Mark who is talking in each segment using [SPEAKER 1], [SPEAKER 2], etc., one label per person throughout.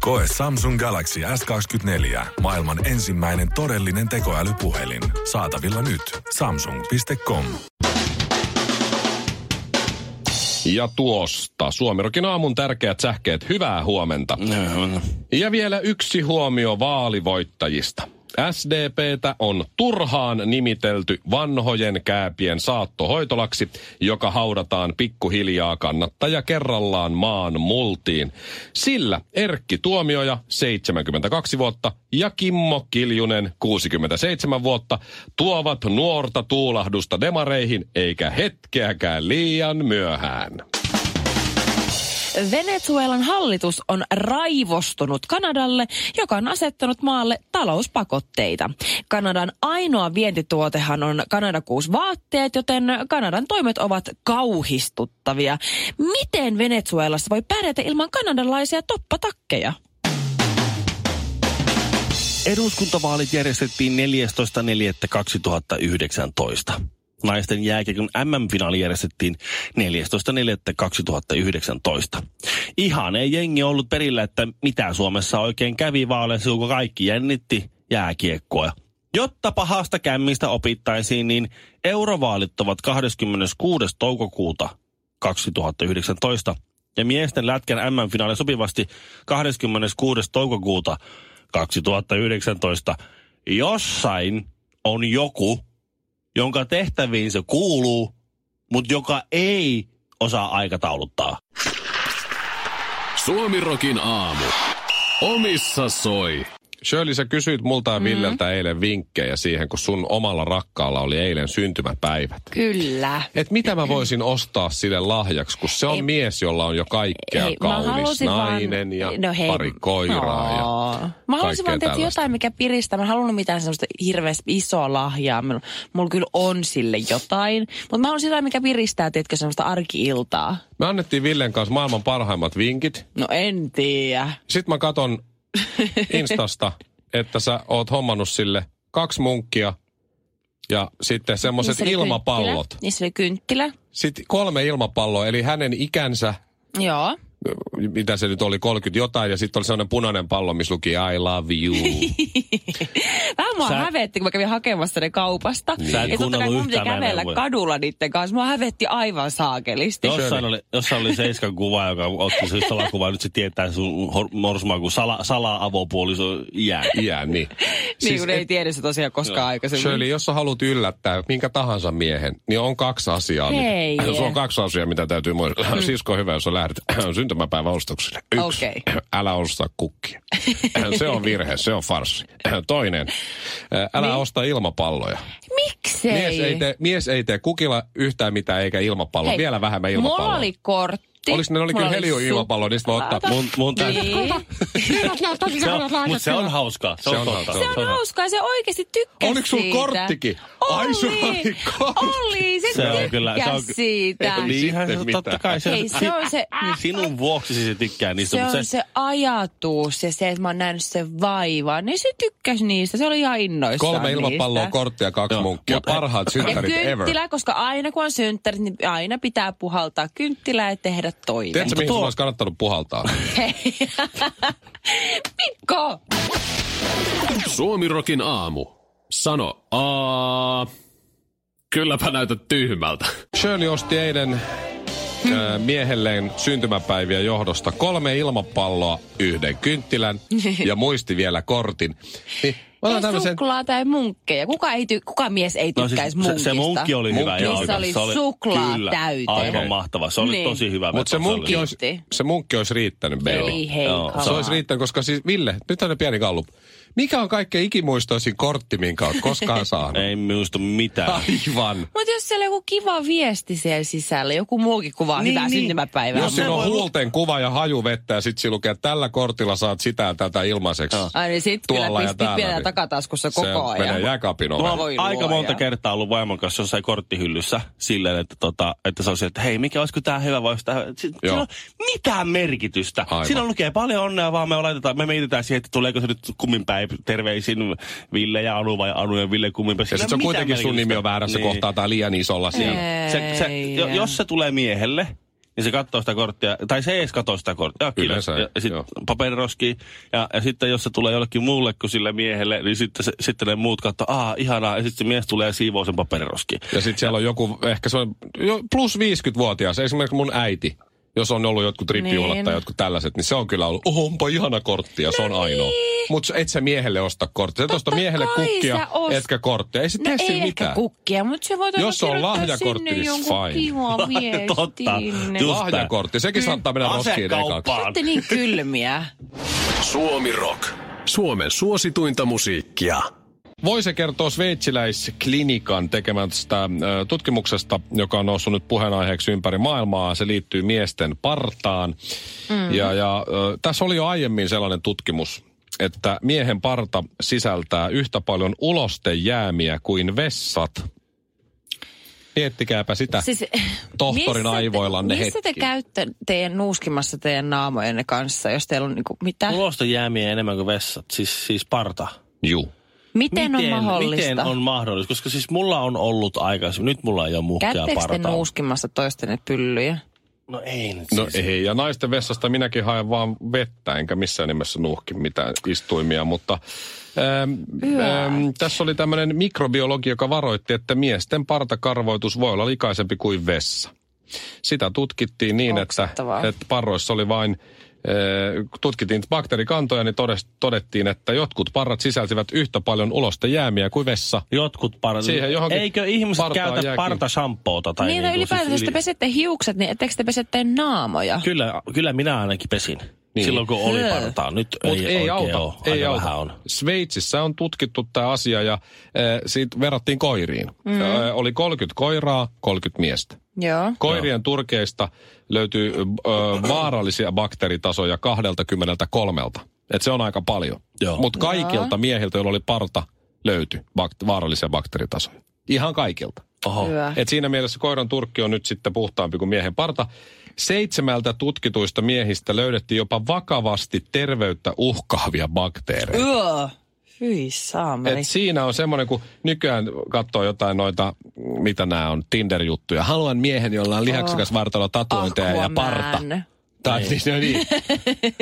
[SPEAKER 1] Koe Samsung Galaxy S24. Maailman ensimmäinen todellinen tekoälypuhelin. Saatavilla nyt. Samsung.com.
[SPEAKER 2] Ja tuosta Suomirokin aamun tärkeät sähkeet. Hyvää huomenta. Ja vielä yksi huomio vaalivoittajista. SDPtä on turhaan nimitelty vanhojen kääpien saattohoitolaksi, joka haudataan pikkuhiljaa kannattaja kerrallaan maan multiin. Sillä Erkki Tuomioja, 72 vuotta, ja Kimmo Kiljunen, 67 vuotta, tuovat nuorta tuulahdusta demareihin, eikä hetkeäkään liian myöhään.
[SPEAKER 3] Venezuelan hallitus on raivostunut Kanadalle, joka on asettanut maalle talouspakotteita. Kanadan ainoa vientituotehan on kanadakuusvaatteet, joten Kanadan toimet ovat kauhistuttavia. Miten Venezuelassa voi pärjätä ilman kanadalaisia toppatakkeja?
[SPEAKER 4] Eduskuntavaalit järjestettiin 14.4.2019. Naisten jääkiekon MM-finaali järjestettiin 14.4.2019. Ihan ei jengi ollut perillä, että mitä Suomessa oikein kävi vaaleissa, kun kaikki jännitti jääkiekkoa. Jotta pahasta kämmistä opittaisiin, niin eurovaalit ovat 26. toukokuuta 2019 ja miesten lätkän MM-finaali sopivasti 26. toukokuuta 2019. Jossain on joku, jonka tehtäviin se kuuluu, mutta joka ei osaa aikatauluttaa.
[SPEAKER 5] Suomirokin aamu. Omissa soi.
[SPEAKER 2] Shirley, sä kysyit multa
[SPEAKER 3] Mm.
[SPEAKER 2] ja Villeltä eilen vinkkejä siihen, kun sun omalla rakkaalla oli eilen syntymäpäivät.
[SPEAKER 3] Kyllä.
[SPEAKER 2] Et mitä mä voisin ostaa sille lahjaksi, kun se on
[SPEAKER 3] Mm. Ei-
[SPEAKER 2] mies, jolla on jo kaikkea
[SPEAKER 3] Ei, mä
[SPEAKER 2] kaunis
[SPEAKER 3] halusin
[SPEAKER 2] nainen ja
[SPEAKER 3] no hei,
[SPEAKER 2] pari koiraa. Ja...
[SPEAKER 3] noo. Mä halusin vaan tehdä
[SPEAKER 2] kaikkea tällaista.
[SPEAKER 3] jotain, mikä piristää. Mä en halunnut mitään semmoista hirveän isoa lahjaa. Mulla, mulla kyllä on sille jotain. Mutta mä halusin jotain, mikä piristää, tiedätkö, semmoista arkiiltaa.
[SPEAKER 2] Me annettiin Villen kanssa maailman parhaimmat vinkit.
[SPEAKER 3] No en tiedä.
[SPEAKER 2] Sitten mä katon Instasta, että sä oot hommannut sille kaksi munkkia ja sitten semmoiset
[SPEAKER 3] Niissä oli
[SPEAKER 2] ilmapallot.
[SPEAKER 3] kynttilä. Niissä oli kynttilä.
[SPEAKER 2] Sitten kolme ilmapalloa, eli hänen ikänsä,
[SPEAKER 3] Joo.
[SPEAKER 2] mitä se nyt oli, 30 jotain, ja sitten oli sellainen punainen pallo, missä luki I love you.
[SPEAKER 3] Vähän mua
[SPEAKER 4] Sä-
[SPEAKER 3] Sä... hävetti, kun mä kävin hakemassa ne kaupasta.
[SPEAKER 4] Sä et
[SPEAKER 3] ja totta kai
[SPEAKER 4] kuunnellut
[SPEAKER 3] mun piti
[SPEAKER 4] yhtään
[SPEAKER 3] kävellä
[SPEAKER 4] meidän neuvoja.
[SPEAKER 3] kadulla niiden kanssa. Mua hävetti aivan saakelisti.
[SPEAKER 2] No
[SPEAKER 3] Niin
[SPEAKER 4] Jossain oli, jossain oli seiskan kuva, joka otti sen salakuva. Nyt se tietää sun hor- morsumaa kuin sala, sala-avopuoliso iän.
[SPEAKER 2] Iä, niin.
[SPEAKER 3] niin kuin ne ei tiedä se tosiaan koskaan aikaisemmin.
[SPEAKER 2] Shirley, jos sä haluat yllättää minkä tahansa miehen, niin on kaksi asiaa.
[SPEAKER 3] Hei. Mm.
[SPEAKER 2] Mitä, sulla on kaksi asiaa, mitä täytyy muistaa. Sisko on hyvä, jos sä lähdet syntymäpäivän ostoksille. Yksi,
[SPEAKER 3] Okei.
[SPEAKER 2] älä osta kukkia. se on virhe, se on farsi. Toinen, älä niin. osta ilmapalloja.
[SPEAKER 3] Miksei?
[SPEAKER 2] Mies ei, tee, mies ei tee kukilla yhtään mitään eikä ilmapalloa.
[SPEAKER 3] Hei,
[SPEAKER 2] Vielä vähemmän ilmapalloa.
[SPEAKER 3] Mulla oli kortti.
[SPEAKER 2] Oliks ne- ne oli
[SPEAKER 3] mulla
[SPEAKER 2] kyllä heliöilmapallo, niistä voi ottaa.
[SPEAKER 4] Mun, mun tää,
[SPEAKER 3] Niin.
[SPEAKER 4] se on, mut se on hauskaa. Se,
[SPEAKER 2] Se
[SPEAKER 4] on
[SPEAKER 2] on
[SPEAKER 4] totta.
[SPEAKER 2] hauskaa.
[SPEAKER 3] Se on hauskaa, se oikeesti tykkäsi
[SPEAKER 2] Oliko sulla
[SPEAKER 3] siitä.
[SPEAKER 2] korttikin?
[SPEAKER 3] Oli.
[SPEAKER 2] Ai, sulla oli kortti.
[SPEAKER 3] Oli, se,
[SPEAKER 4] Se on kyllä- se on ky-
[SPEAKER 3] siitä.
[SPEAKER 2] Ei
[SPEAKER 4] Niin,
[SPEAKER 2] sitten
[SPEAKER 4] se- totta
[SPEAKER 2] mitään.
[SPEAKER 4] kai se,
[SPEAKER 3] Hei, se on se...
[SPEAKER 4] Niin sinun vuoksi niin se tykkää niistä.
[SPEAKER 3] Se
[SPEAKER 4] mut
[SPEAKER 3] on se ajatus ja se, että mä oon nähnyt sen vaivaan. Niin se tykkäsi niistä. Se oli ihan innoissaan
[SPEAKER 2] Kolme ilmapalloa,
[SPEAKER 3] niistä.
[SPEAKER 2] korttia, kaksi
[SPEAKER 4] Joo,
[SPEAKER 2] munkkia.
[SPEAKER 4] mut-
[SPEAKER 2] Parhaat
[SPEAKER 3] Ja
[SPEAKER 2] synttärit ever.
[SPEAKER 3] kynttilä, koska aina kun on synttärit, niin aina pitää puhaltaa kynttilää ja tehdä toinen.
[SPEAKER 2] Tiedätkö, mihin
[SPEAKER 4] tuo-
[SPEAKER 2] tuo... olisi kannattanut puhaltaa?
[SPEAKER 3] Mikko!
[SPEAKER 5] Suomirokin aamu. Sano A. Kylläpä näytät tyhmältä.
[SPEAKER 2] Shirley osti eilen
[SPEAKER 3] Hmm.
[SPEAKER 2] ö, miehelleen syntymäpäiviä johdosta kolme ilmapalloa, yhden kynttilän ja muisti vielä kortin. Niin, mä otan
[SPEAKER 3] Ei
[SPEAKER 2] tämmöisen,
[SPEAKER 3] suklaa tai munkkeja. Kuka, ei ty- kuka mies ei
[SPEAKER 4] No
[SPEAKER 3] tykkäisi
[SPEAKER 4] siis se,
[SPEAKER 3] munkista?
[SPEAKER 4] se munkki oli hyvä.
[SPEAKER 2] Munkki.
[SPEAKER 4] joo,
[SPEAKER 3] Niissä oli
[SPEAKER 4] se
[SPEAKER 3] suklaa
[SPEAKER 4] kyllä,
[SPEAKER 3] täyteen.
[SPEAKER 4] Aivan mahtava. Se oli
[SPEAKER 3] Niin.
[SPEAKER 4] tosi hyvä.
[SPEAKER 2] mutta se
[SPEAKER 4] veto, oli-
[SPEAKER 2] munkki, olisi,
[SPEAKER 3] Kiitti.
[SPEAKER 2] se munkki olisi riittänyt, baby.
[SPEAKER 3] Ei hei,
[SPEAKER 4] Joo, se
[SPEAKER 2] Se olisi riittänyt, koska siis Ville, nyt on pieni kallup. Mikä on kaikkein ikimuistoisin kortti, minkä oot koskaan saanut?
[SPEAKER 4] Ei muista mitään.
[SPEAKER 2] Aivan.
[SPEAKER 3] Mutta jos siellä joku kiva viesti siellä sisällä, joku muukin kuvaa niin,
[SPEAKER 4] Niin,
[SPEAKER 3] hyvää niin.
[SPEAKER 4] niin.
[SPEAKER 3] syntymäpäivää.
[SPEAKER 4] Joo,
[SPEAKER 2] Jos
[SPEAKER 4] Mä
[SPEAKER 2] siinä on
[SPEAKER 4] voin lu-
[SPEAKER 2] huulten kuva ja haju vettä ja sit siinä lukee, että tällä kortilla saat sitä ja tätä ilmaiseksi.
[SPEAKER 3] Ai niin sit kyllä
[SPEAKER 2] Tuolla ja
[SPEAKER 3] pisti
[SPEAKER 2] täällä,
[SPEAKER 3] pidetään
[SPEAKER 2] niin.
[SPEAKER 3] takataskussa
[SPEAKER 2] Se
[SPEAKER 3] koko ajan.
[SPEAKER 2] menee jääkaapin
[SPEAKER 4] Mä
[SPEAKER 2] ovelle.
[SPEAKER 4] oon
[SPEAKER 3] Voi
[SPEAKER 4] aika
[SPEAKER 3] luoja.
[SPEAKER 4] monta kertaa ollut vaimon kanssa jossain korttihyllyssä silleen, että, tota, että se on se, että hei, mikä olisiko tää hyvä, vai olisiko tää... Si-
[SPEAKER 2] Joo.
[SPEAKER 4] Sillä on mitään merkitystä.
[SPEAKER 2] Aivan.
[SPEAKER 4] Siinä lukee paljon onnea, vaan me, laitetaan, me mietitään siihen, että tuleeko se nyt kummin päin terveisin Ville ja Anu vai Anu ja Ville kummin päin.
[SPEAKER 2] Ja
[SPEAKER 4] Sillä
[SPEAKER 2] sit
[SPEAKER 4] ei
[SPEAKER 2] se on
[SPEAKER 4] mitään
[SPEAKER 2] kuitenkin sun
[SPEAKER 4] merkitystä.
[SPEAKER 2] nimi on väärässä
[SPEAKER 4] Niin.
[SPEAKER 2] kohtaa tai liian isolla siellä.
[SPEAKER 4] Se, se,
[SPEAKER 3] Ei,
[SPEAKER 4] jo-
[SPEAKER 3] ei.
[SPEAKER 4] jos se tulee miehelle, niin se katsoo sitä korttia, tai se ei edes katso sitä korttia. Joo,
[SPEAKER 2] Yleensä ei,
[SPEAKER 4] kyllä. ja, ja sit
[SPEAKER 2] joo.
[SPEAKER 4] paperiroski, ja, ja, sitten jos se tulee jollekin muulle kuin sille miehelle, niin sitten, se, sitten ne muut katsoo, aa, ihanaa, ja sitten se mies tulee ja siivoo sen paperiroskiin.
[SPEAKER 2] Ja sitten siellä on joku, ehkä se on jo plus 50-vuotias, esimerkiksi mun äiti. Jos on ollut jotkut rippijuhlat
[SPEAKER 3] Niin. No
[SPEAKER 2] tai jotkut tällaiset, niin se on kyllä ollut, "Oh, onpa ihana kortti ja se on ainoa. Mutta et sä miehelle osta korttia. Et
[SPEAKER 3] niin. Totta
[SPEAKER 2] osta miehelle
[SPEAKER 3] kai sä
[SPEAKER 2] kukkia,
[SPEAKER 3] ost-
[SPEAKER 2] etkä korttia. Ei se
[SPEAKER 3] No
[SPEAKER 2] tee
[SPEAKER 3] ei
[SPEAKER 2] sillä
[SPEAKER 3] ehkä
[SPEAKER 2] mitään.
[SPEAKER 3] kukkia, mutta se voi
[SPEAKER 2] Jos on
[SPEAKER 3] kirjoittaa
[SPEAKER 2] lahjakortti,
[SPEAKER 3] sinne
[SPEAKER 2] niin
[SPEAKER 3] jonkun
[SPEAKER 2] fine.
[SPEAKER 3] kivan viestin.
[SPEAKER 4] Totta. Just
[SPEAKER 2] Lahjakortti, sekin saattaa mennä roskiin ekaksi.
[SPEAKER 4] Asekauppaan.
[SPEAKER 3] Olette niin kylmiä.
[SPEAKER 5] Suomi Rock. Suomen suosituinta musiikkia.
[SPEAKER 2] Voise kertoo sveitsiläisklinikan tekemästä ö, tutkimuksesta, joka on noussut nyt puheenaiheeksi ympäri maailmaa. Se liittyy miesten partaan. Mm. Ja, ja ö, tässä oli jo aiemmin sellainen tutkimus, että miehen parta sisältää yhtä paljon ulostejäämiä kuin vessat. Miettikääpä sitä.
[SPEAKER 3] Siis,
[SPEAKER 2] Tohtorin
[SPEAKER 3] missä te-
[SPEAKER 2] aivoillanne
[SPEAKER 3] Missä te
[SPEAKER 2] hetki.
[SPEAKER 3] käytte teidän nuuskimassa teidän naamojenne kanssa, jos teillä on niinku, mitä?
[SPEAKER 4] Ulosta jäämiä enemmän kuin vessat, siis, siis parta.
[SPEAKER 2] Juu.
[SPEAKER 3] Miten, miten on mahdollista?
[SPEAKER 4] Miten on mahdollista? Koska siis mulla on ollut aikaisemmin, nyt mulla ei ole muhkea
[SPEAKER 3] Käyttekö te
[SPEAKER 4] partaa.
[SPEAKER 3] nuuskimassa toistenne pyllyjä? Niin,
[SPEAKER 4] No ei nyt
[SPEAKER 2] No ei, ja naisten vessasta minäkin haen vaan vettä, enkä missään nimessä nuuhki mitään istuimia, mutta äm, äm, tässä oli tämmöinen mikrobiologi, joka varoitti, että miesten partakarvoitus voi olla likaisempi kuin vessa. Sitä tutkittiin niin, että,
[SPEAKER 3] Oksettavaa.
[SPEAKER 2] että parroissa oli vain, äh, tutkittiin bakteerikantoja, niin todes- todettiin, että jotkut parrat sisälsivät yhtä paljon ulosta jäämiä kuin vessa.
[SPEAKER 4] Jotkut par...
[SPEAKER 2] Siihen johonkin
[SPEAKER 4] Eikö ihmiset
[SPEAKER 2] partaan
[SPEAKER 4] käytä
[SPEAKER 2] jääkin.
[SPEAKER 4] partasampoota? Tai
[SPEAKER 3] niin,
[SPEAKER 4] niinku
[SPEAKER 3] niin ylipäätään, jos
[SPEAKER 4] siis
[SPEAKER 3] te pesette hiukset, niin etteikö te pesette naamoja?
[SPEAKER 4] Kyllä, kyllä minä ainakin pesin.
[SPEAKER 2] Niin.
[SPEAKER 4] Niin. Silloin kun oli partaa. Nyt
[SPEAKER 2] Mut
[SPEAKER 4] ei, ei auta. Ole. Ei auta. on.
[SPEAKER 2] Sveitsissä on tutkittu tämä asia ja äh, siitä verrattiin koiriin. Mm. Äh, oli 30 koiraa, 30 miestä.
[SPEAKER 3] Joo.
[SPEAKER 2] Koirien turkeista löytyy äh, vaarallisia bakteeritasoja 23. Et se on aika paljon.
[SPEAKER 4] Joo.
[SPEAKER 2] Mutta kaikilta miehiltä, joilla oli parta, löytyi bak- vaarallisia bakteeritasoja. Ihan kaikilta.
[SPEAKER 4] Oho.
[SPEAKER 3] Hyvä.
[SPEAKER 2] Et siinä mielessä koiran turkki on nyt sitten puhtaampi kuin miehen parta. Seitsemältä tutkituista miehistä löydettiin jopa vakavasti terveyttä uhkaavia bakteereja.
[SPEAKER 3] Yö. Hyi saamari.
[SPEAKER 2] Et siinä on semmoinen, kun nykyään katsoo jotain noita, mitä nämä on, Tinder-juttuja. Haluan miehen, jolla on lihaksikas
[SPEAKER 3] Oh,
[SPEAKER 2] vartalo, tatuointeja ja parta.
[SPEAKER 3] Aquaman.
[SPEAKER 2] Tai siis, no niin.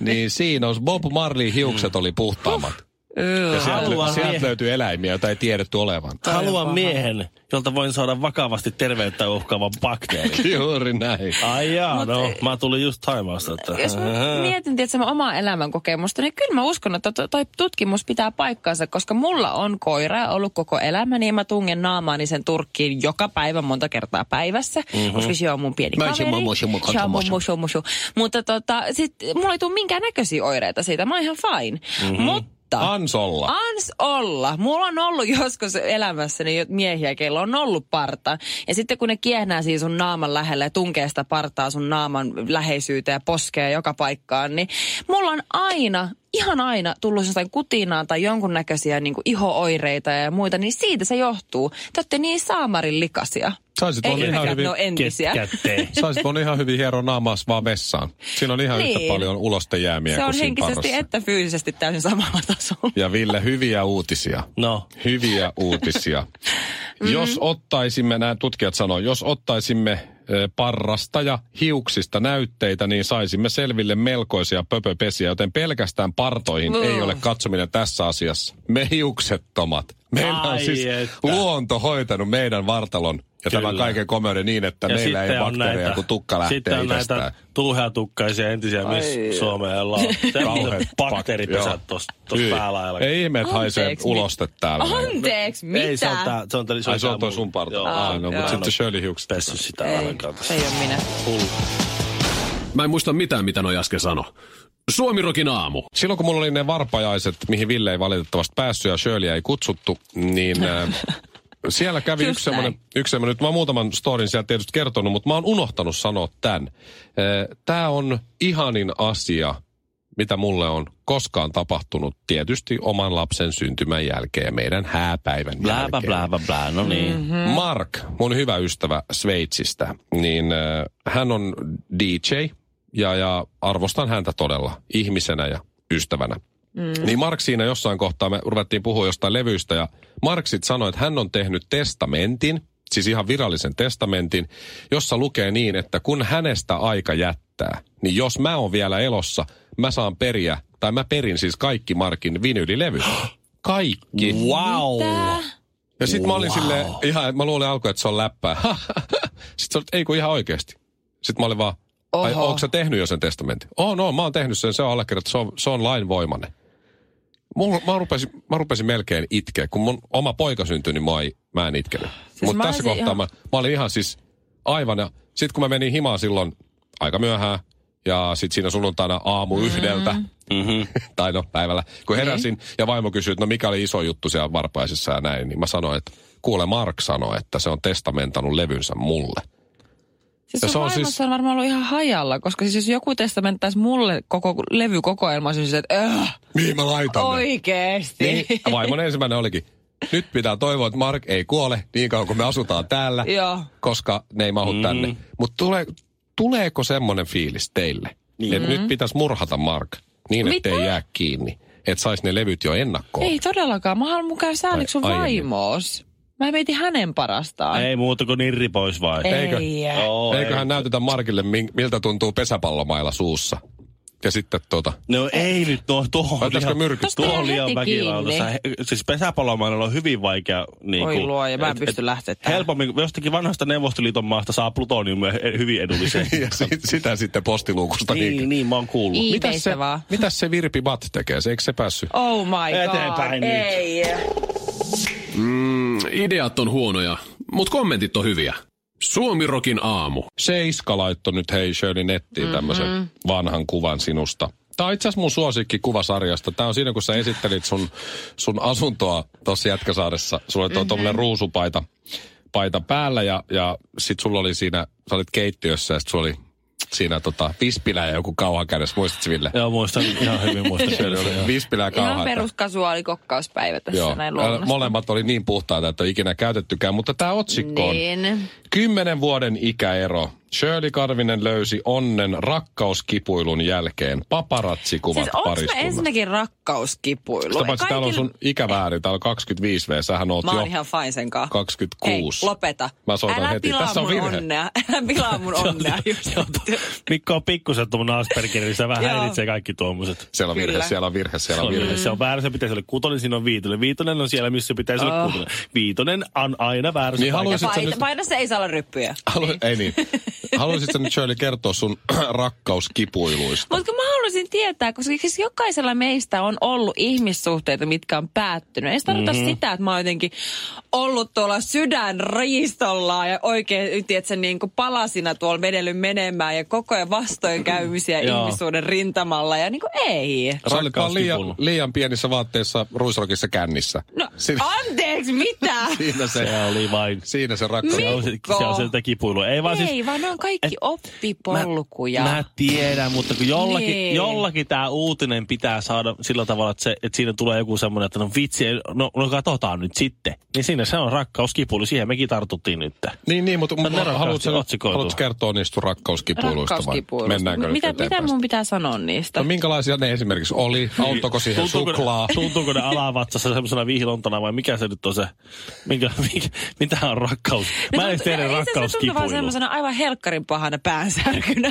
[SPEAKER 2] niin siinä on, Bob Marley hiukset oli puhtaammat. Ja sieltä, lö-
[SPEAKER 4] Haluan
[SPEAKER 2] sieltä
[SPEAKER 4] mie-
[SPEAKER 2] löytyy eläimiä, joita ei tiedetty olevan.
[SPEAKER 4] Haluan miehen, jolta voin saada vakavasti terveyttä uhkaavan bakteerin.
[SPEAKER 2] Juuri näin.
[SPEAKER 4] Ai jaa, no, mä tulin just Taimaasta. Että...
[SPEAKER 3] Jos mä mietin tietysti mun omaa elämänkokemusta, niin kyllä mä uskon, että to- toi tutkimus pitää paikkaansa, koska mulla on koira ollut koko elämäni ja mä tungen naamaani sen turkkiin joka päivä monta kertaa päivässä, mm-hmm. koska se on mun pieni
[SPEAKER 2] Mhm. Mä
[SPEAKER 3] kaveri.
[SPEAKER 2] oon se mummu, se mun kanssa
[SPEAKER 3] Se on
[SPEAKER 2] mummu.
[SPEAKER 3] mummu, se on mummu. Mutta tota, sit mulla ei tule minkään näköisiä oireita siitä, mä oon ihan fine.
[SPEAKER 2] Mhm.
[SPEAKER 3] Mm-hmm. Mutta...
[SPEAKER 2] Ansolla.
[SPEAKER 3] Ans olla. Mulla on ollut joskus elämässäni jo- miehiä, kello on ollut parta. Ja sitten kun ne kiehnää siinä sun naaman lähellä ja tunkee sitä partaa sun naaman läheisyyteen ja poskee joka paikkaan, niin mulla on aina, ihan aina tullut jostain kutinaan tai jonkunnäköisiä niin iho-oireita ja muita, niin siitä se johtuu. Te olette niin saamarin likasia.
[SPEAKER 2] Saisit
[SPEAKER 3] Ei
[SPEAKER 2] olla ihan
[SPEAKER 3] yhdenkään,
[SPEAKER 2] hyvin
[SPEAKER 3] ne on entisiä.
[SPEAKER 4] Ketkäteen.
[SPEAKER 2] Saisit voinut ihan hyvin hieroa naamaas vaan vessaan. Siinä on ihan yhtä
[SPEAKER 3] Niin.
[SPEAKER 2] paljon ulostejäämiä
[SPEAKER 3] Se
[SPEAKER 2] kuin
[SPEAKER 3] on
[SPEAKER 2] siinä
[SPEAKER 3] henkisesti
[SPEAKER 2] parrassa.
[SPEAKER 3] että fyysisesti täysin samalla tasolla.
[SPEAKER 2] Ja Ville, hyviä uutisia.
[SPEAKER 4] No.
[SPEAKER 2] Hyviä uutisia.
[SPEAKER 3] Mm-hmm.
[SPEAKER 2] Jos ottaisimme, nämä tutkijat sanoo, jos ottaisimme ö, parrasta ja hiuksista näytteitä, niin saisimme selville melkoisia pöpöpesiä, joten pelkästään partoihin
[SPEAKER 3] Mm.
[SPEAKER 2] ei ole katsominen tässä asiassa. Me hiuksettomat. Meillä on
[SPEAKER 4] Ai
[SPEAKER 2] siis
[SPEAKER 4] että.
[SPEAKER 2] luonto hoitanut meidän vartalon ja
[SPEAKER 4] Kyllä.
[SPEAKER 2] tämän kaiken komeuden niin, että meillä ei bakteereja, kun tukka lähtee
[SPEAKER 4] sitten on
[SPEAKER 2] itsestään.
[SPEAKER 4] näitä tuuheatukkaisia entisiä miss Suomella on.
[SPEAKER 2] Kauheat
[SPEAKER 4] Semmoiset
[SPEAKER 2] joo.
[SPEAKER 4] bakteeripesät tuossa
[SPEAKER 2] Hyi.
[SPEAKER 4] päälailla.
[SPEAKER 2] Ei ihme, että haisee
[SPEAKER 3] Anteeksi, mit-
[SPEAKER 2] uloste täällä.
[SPEAKER 3] Anteeksi, mitä?
[SPEAKER 4] Ei, se on tää, se on tää,
[SPEAKER 2] Ai se
[SPEAKER 4] tää
[SPEAKER 2] on toi
[SPEAKER 4] mun-
[SPEAKER 2] sun parta.
[SPEAKER 4] Joo,
[SPEAKER 2] Ai, no,
[SPEAKER 3] joo.
[SPEAKER 2] mutta sitten Shirley Hughes.
[SPEAKER 4] Pessy sitä
[SPEAKER 3] ei,
[SPEAKER 4] ollenkaan tässä.
[SPEAKER 3] se ei ole minä.
[SPEAKER 5] Mä en muista mitään, mitä noi äsken sano. Suomirokin aamu.
[SPEAKER 2] Silloin kun mulla oli ne varpajaiset, mihin Ville ei valitettavasti päässyt ja Shirleyä ei kutsuttu, niin äh, siellä kävi
[SPEAKER 3] Just
[SPEAKER 2] yksi semmoinen,
[SPEAKER 3] näin.
[SPEAKER 2] yksi semmoinen, nyt mä oon muutaman storin siellä tietysti kertonut, mutta mä oon unohtanut sanoa tämän. Tämä on ihanin asia, mitä mulle on koskaan tapahtunut tietysti oman lapsen syntymän jälkeen ja meidän hääpäivän
[SPEAKER 4] Blää, blää,
[SPEAKER 2] jälkeen.
[SPEAKER 4] blää, blää, blää, no niin.
[SPEAKER 3] Mm.
[SPEAKER 4] Mm-hmm.
[SPEAKER 2] Mark, mun hyvä ystävä Sveitsistä, niin äh, hän on DJ ja, ja arvostan häntä todella ihmisenä ja ystävänä. Mm. Niin Mark siinä jossain kohtaa, me ruvettiin puhua jostain levyistä ja Mark sit sanoi, että hän on tehnyt testamentin, siis ihan virallisen testamentin, jossa lukee niin, että kun hänestä aika jättää, niin jos mä oon vielä elossa, mä saan periä, tai mä perin siis kaikki Markin vinylilevyt. Kaikki.
[SPEAKER 4] Wow.
[SPEAKER 2] Ja sit mä olin wow. silleen, ihan, mä luulin alkuun, että se on läppää. Sitten se oli, ei kun ihan oikeesti. Sitten mä olin vaan, ai
[SPEAKER 3] Oho.
[SPEAKER 2] onko sä tehnyt jo sen testamentin? Oh, no, mä oon tehnyt sen, se on allekirjoittu, se on, se on lainvoimainen. Mulla, mä, rupesin, mä rupesin melkein itkeä. Kun mun oma poika syntyi, niin mä, ei, mä en itkenyt. Siis
[SPEAKER 3] mä
[SPEAKER 2] Mutta tässä
[SPEAKER 3] olisin
[SPEAKER 2] kohtaa
[SPEAKER 3] ihan-
[SPEAKER 2] mä, mä olin ihan siis aivan. Ja sit kun mä menin himaan silloin aika myöhään, ja sit siinä sunnuntaina
[SPEAKER 3] Mm.
[SPEAKER 2] aamu yhdeltä,
[SPEAKER 4] Mm-hmm.
[SPEAKER 2] tai no päivällä, kun
[SPEAKER 3] Niin.
[SPEAKER 2] heräsin ja vaimo kysyi, että no mikä oli iso juttu siellä varpaisessa ja näin, niin mä sanoin, että kuule Mark sanoi, että se on testamentanut levynsä mulle.
[SPEAKER 3] Siis
[SPEAKER 2] Ja
[SPEAKER 3] se
[SPEAKER 2] se on
[SPEAKER 3] on,
[SPEAKER 2] siis-
[SPEAKER 3] siis... on varmaan ollut ihan hajalla, koska siis jos joku testamenttaisi mulle koko levykokoelma, siis että äh,
[SPEAKER 2] Mihin mä laitan
[SPEAKER 3] oikeesti.
[SPEAKER 2] Niin, vaimon ensimmäinen olikin. Nyt pitää toivoa, että Mark ei kuole niin kauan kuin me asutaan täällä,
[SPEAKER 3] Joo.
[SPEAKER 2] koska ne ei mahu mm. tänne. Mutta tule, tuleeko semmoinen fiilis teille, niin. että nyt pitäisi murhata Mark niin,
[SPEAKER 3] Mitä?
[SPEAKER 2] ettei jää kiinni, että saisi ne levyt jo ennakkoon?
[SPEAKER 3] Ei todellakaan. Mä haluan mukaan sääliksi sun
[SPEAKER 2] Ai- aiemmin.
[SPEAKER 3] vaimoos. Mä mietin hänen parastaan.
[SPEAKER 4] Ei muuta kuin nirri pois vai?
[SPEAKER 2] Eikö?
[SPEAKER 4] Joo,
[SPEAKER 2] Eiköhän
[SPEAKER 4] ei.
[SPEAKER 2] näytetä Markille, min- miltä tuntuu pesäpallomailla suussa. Ja sitten tuota,
[SPEAKER 4] No ei nyt, no tuohon
[SPEAKER 2] Otaisiko myrkyt?
[SPEAKER 4] tuohon,
[SPEAKER 2] Tosta
[SPEAKER 3] jää
[SPEAKER 4] tuohon liian
[SPEAKER 3] heti
[SPEAKER 4] väkivaltausta. He- Siis pesäpalomainen on hyvin vaikea. Niin
[SPEAKER 3] Oi
[SPEAKER 4] kuin,
[SPEAKER 3] luoja, mä en pysty lähteä tähän.
[SPEAKER 4] Helpommin, kun jostakin vanhasta Neuvostoliiton maasta saa plutoniumia he- hyvin edullisen.
[SPEAKER 2] ja sit, sitä sitten postiluukusta.
[SPEAKER 4] niin, niin, mä oon kuullut.
[SPEAKER 3] I-
[SPEAKER 2] Mitäs se,
[SPEAKER 3] eBaystä vaan.
[SPEAKER 2] mitäs se Virpi Bat tekee? Se, eikö se päässyt?
[SPEAKER 3] Oh my
[SPEAKER 4] Eteenpäin
[SPEAKER 3] god.
[SPEAKER 4] nyt.
[SPEAKER 3] Ei.
[SPEAKER 5] Mm, ideat on huonoja, mutta kommentit on hyviä. Suomirokin aamu.
[SPEAKER 2] Seiska laittoi nyt hei Shirley nettiin mm-hmm. tämmöisen vanhan kuvan sinusta. Tämä on itse asiassa mun suosikki kuvasarjasta. Tämä on siinä, kun sä esittelit sun, sun asuntoa tuossa Jätkäsaaressa. Sulla oli mm-hmm. tuommoinen ruusupaita paita päällä ja, ja sit sulla oli siinä, sä olit keittiössä ja sit sulla oli siinä tota, vispilä ja joku kauha kädessä. Muistatko Ville?
[SPEAKER 4] Joo, muistan ihan hyvin muistan.
[SPEAKER 2] Se oli vispilä ja
[SPEAKER 3] Ihan
[SPEAKER 2] kauha.
[SPEAKER 3] peruskasuaali kokkauspäivä tässä Joo. näin luonnossa.
[SPEAKER 2] Molemmat oli niin puhtaita, että ei ole ikinä käytettykään, mutta tämä otsikko on
[SPEAKER 3] Niin.
[SPEAKER 2] Kymmenen vuoden ikäero. Shirley Karvinen löysi onnen rakkauskipuilun jälkeen. Paparatsikuvat
[SPEAKER 3] Siis onks mä
[SPEAKER 2] pariskunnasta.
[SPEAKER 3] ensinnäkin rakkauskipuilu?
[SPEAKER 2] Sitä paitsi täällä on sun
[SPEAKER 3] Kaikilla-
[SPEAKER 2] ikävääri, täällä on 25 V, sähän oot
[SPEAKER 3] Mä
[SPEAKER 2] jo
[SPEAKER 3] oon ihan fine sen kanssa.
[SPEAKER 2] 26.
[SPEAKER 3] Hei, lopeta.
[SPEAKER 2] Mä soitan
[SPEAKER 3] Älä
[SPEAKER 2] heti.
[SPEAKER 3] Pilaa
[SPEAKER 2] Tässä on
[SPEAKER 3] mun
[SPEAKER 2] virhe.
[SPEAKER 3] Onnea. Älä pilaa mun onnea just nyt.
[SPEAKER 4] Mikko on pikkusen tuommoinen Aspergerin, niin se vähän
[SPEAKER 3] Joo.
[SPEAKER 4] häiritsee kaikki tuommoiset.
[SPEAKER 2] Siellä on virhe,
[SPEAKER 3] Kyllä.
[SPEAKER 2] siellä on virhe, siellä on virhe.
[SPEAKER 4] Mm. Se on väärä, se pitäisi olla kutonen, siinä on viitonen. Viitonen on siellä, missä pitäisi olla
[SPEAKER 3] Oh.
[SPEAKER 4] kutonen. Viitonen on aina väärässä
[SPEAKER 2] Niin
[SPEAKER 4] paikassa.
[SPEAKER 2] haluaisit sä
[SPEAKER 3] Paita,
[SPEAKER 2] nyt-
[SPEAKER 3] paidassa ei saa olla ryppyjä.
[SPEAKER 2] Halu... Ei niin. Haluaisitko nyt Shirley kertoa sun rakkauskipuiluista?
[SPEAKER 3] Mutta kun mä haluaisin tietää, koska siis jokaisella meistä on ollut ihmissuhteita, mitkä on päättynyt. Ei se tarkoita
[SPEAKER 2] Mhm.
[SPEAKER 3] mm-hmm. sitä, että mä oon jotenkin ollut tuolla sydänriistolla ja oikein, tiedätkö, niin kuin palasina tuolla vedellyt menemään ja koko ajan vastoinkäymisiä
[SPEAKER 4] Joo.
[SPEAKER 3] ihmissuuden rintamalla. Ja niin kuin ei.
[SPEAKER 2] Sä olit vaan liian,
[SPEAKER 4] Rakkauskipulu.
[SPEAKER 2] liian pienissä vaatteissa ruisrokissa kännissä.
[SPEAKER 3] No,
[SPEAKER 2] Siinä-
[SPEAKER 3] anteeksi, mitä?
[SPEAKER 2] Siinä se,
[SPEAKER 4] Se oli vain.
[SPEAKER 2] siinä se rakkaus.
[SPEAKER 4] Se on, se, se on sieltä kipuilua. Ei vaan siis,
[SPEAKER 3] Ei, vaan ne on kaikki
[SPEAKER 4] Et-
[SPEAKER 3] oppipolkuja.
[SPEAKER 4] Mä, mä tiedän, mutta kun jollakin,
[SPEAKER 3] Niin.
[SPEAKER 4] niin. jollakin tämä uutinen pitää saada sillä tavalla, että, se, että siinä tulee joku semmoinen, että no vitsi, ei- no, no katsotaan nyt sitten. Niin siinä se on rakkauskipuilu, siihen mekin tartuttiin nyt.
[SPEAKER 2] Niin, niin, mutta
[SPEAKER 4] Tämä on
[SPEAKER 2] haluatko,
[SPEAKER 4] rakkaasti
[SPEAKER 2] haluatko,
[SPEAKER 4] otsikoitu.
[SPEAKER 2] haluatko kertoa niistä sun rakkauskipuiluista vai
[SPEAKER 3] Rakkauskipuilusta.
[SPEAKER 2] mennäänkö
[SPEAKER 3] mitä,
[SPEAKER 2] nyt eteenpäin?
[SPEAKER 3] mitä mun pitää sanoa niistä?
[SPEAKER 2] No minkälaisia ne esimerkiksi oli? Auttoiko siihen suklaa?
[SPEAKER 4] Ne, tuntuuko ne alavatsassa semmoisena vihlontana vai mikä se nyt on se, minkä, minkä, mitä on rakkaus?
[SPEAKER 3] No
[SPEAKER 4] Mä en edes
[SPEAKER 3] tuntuu-
[SPEAKER 4] tiedä
[SPEAKER 3] ei se- Se tuntuu vaan
[SPEAKER 4] rakkauskipuilu.
[SPEAKER 3] semmoisena aivan helkkarin pahana päänsärkynä.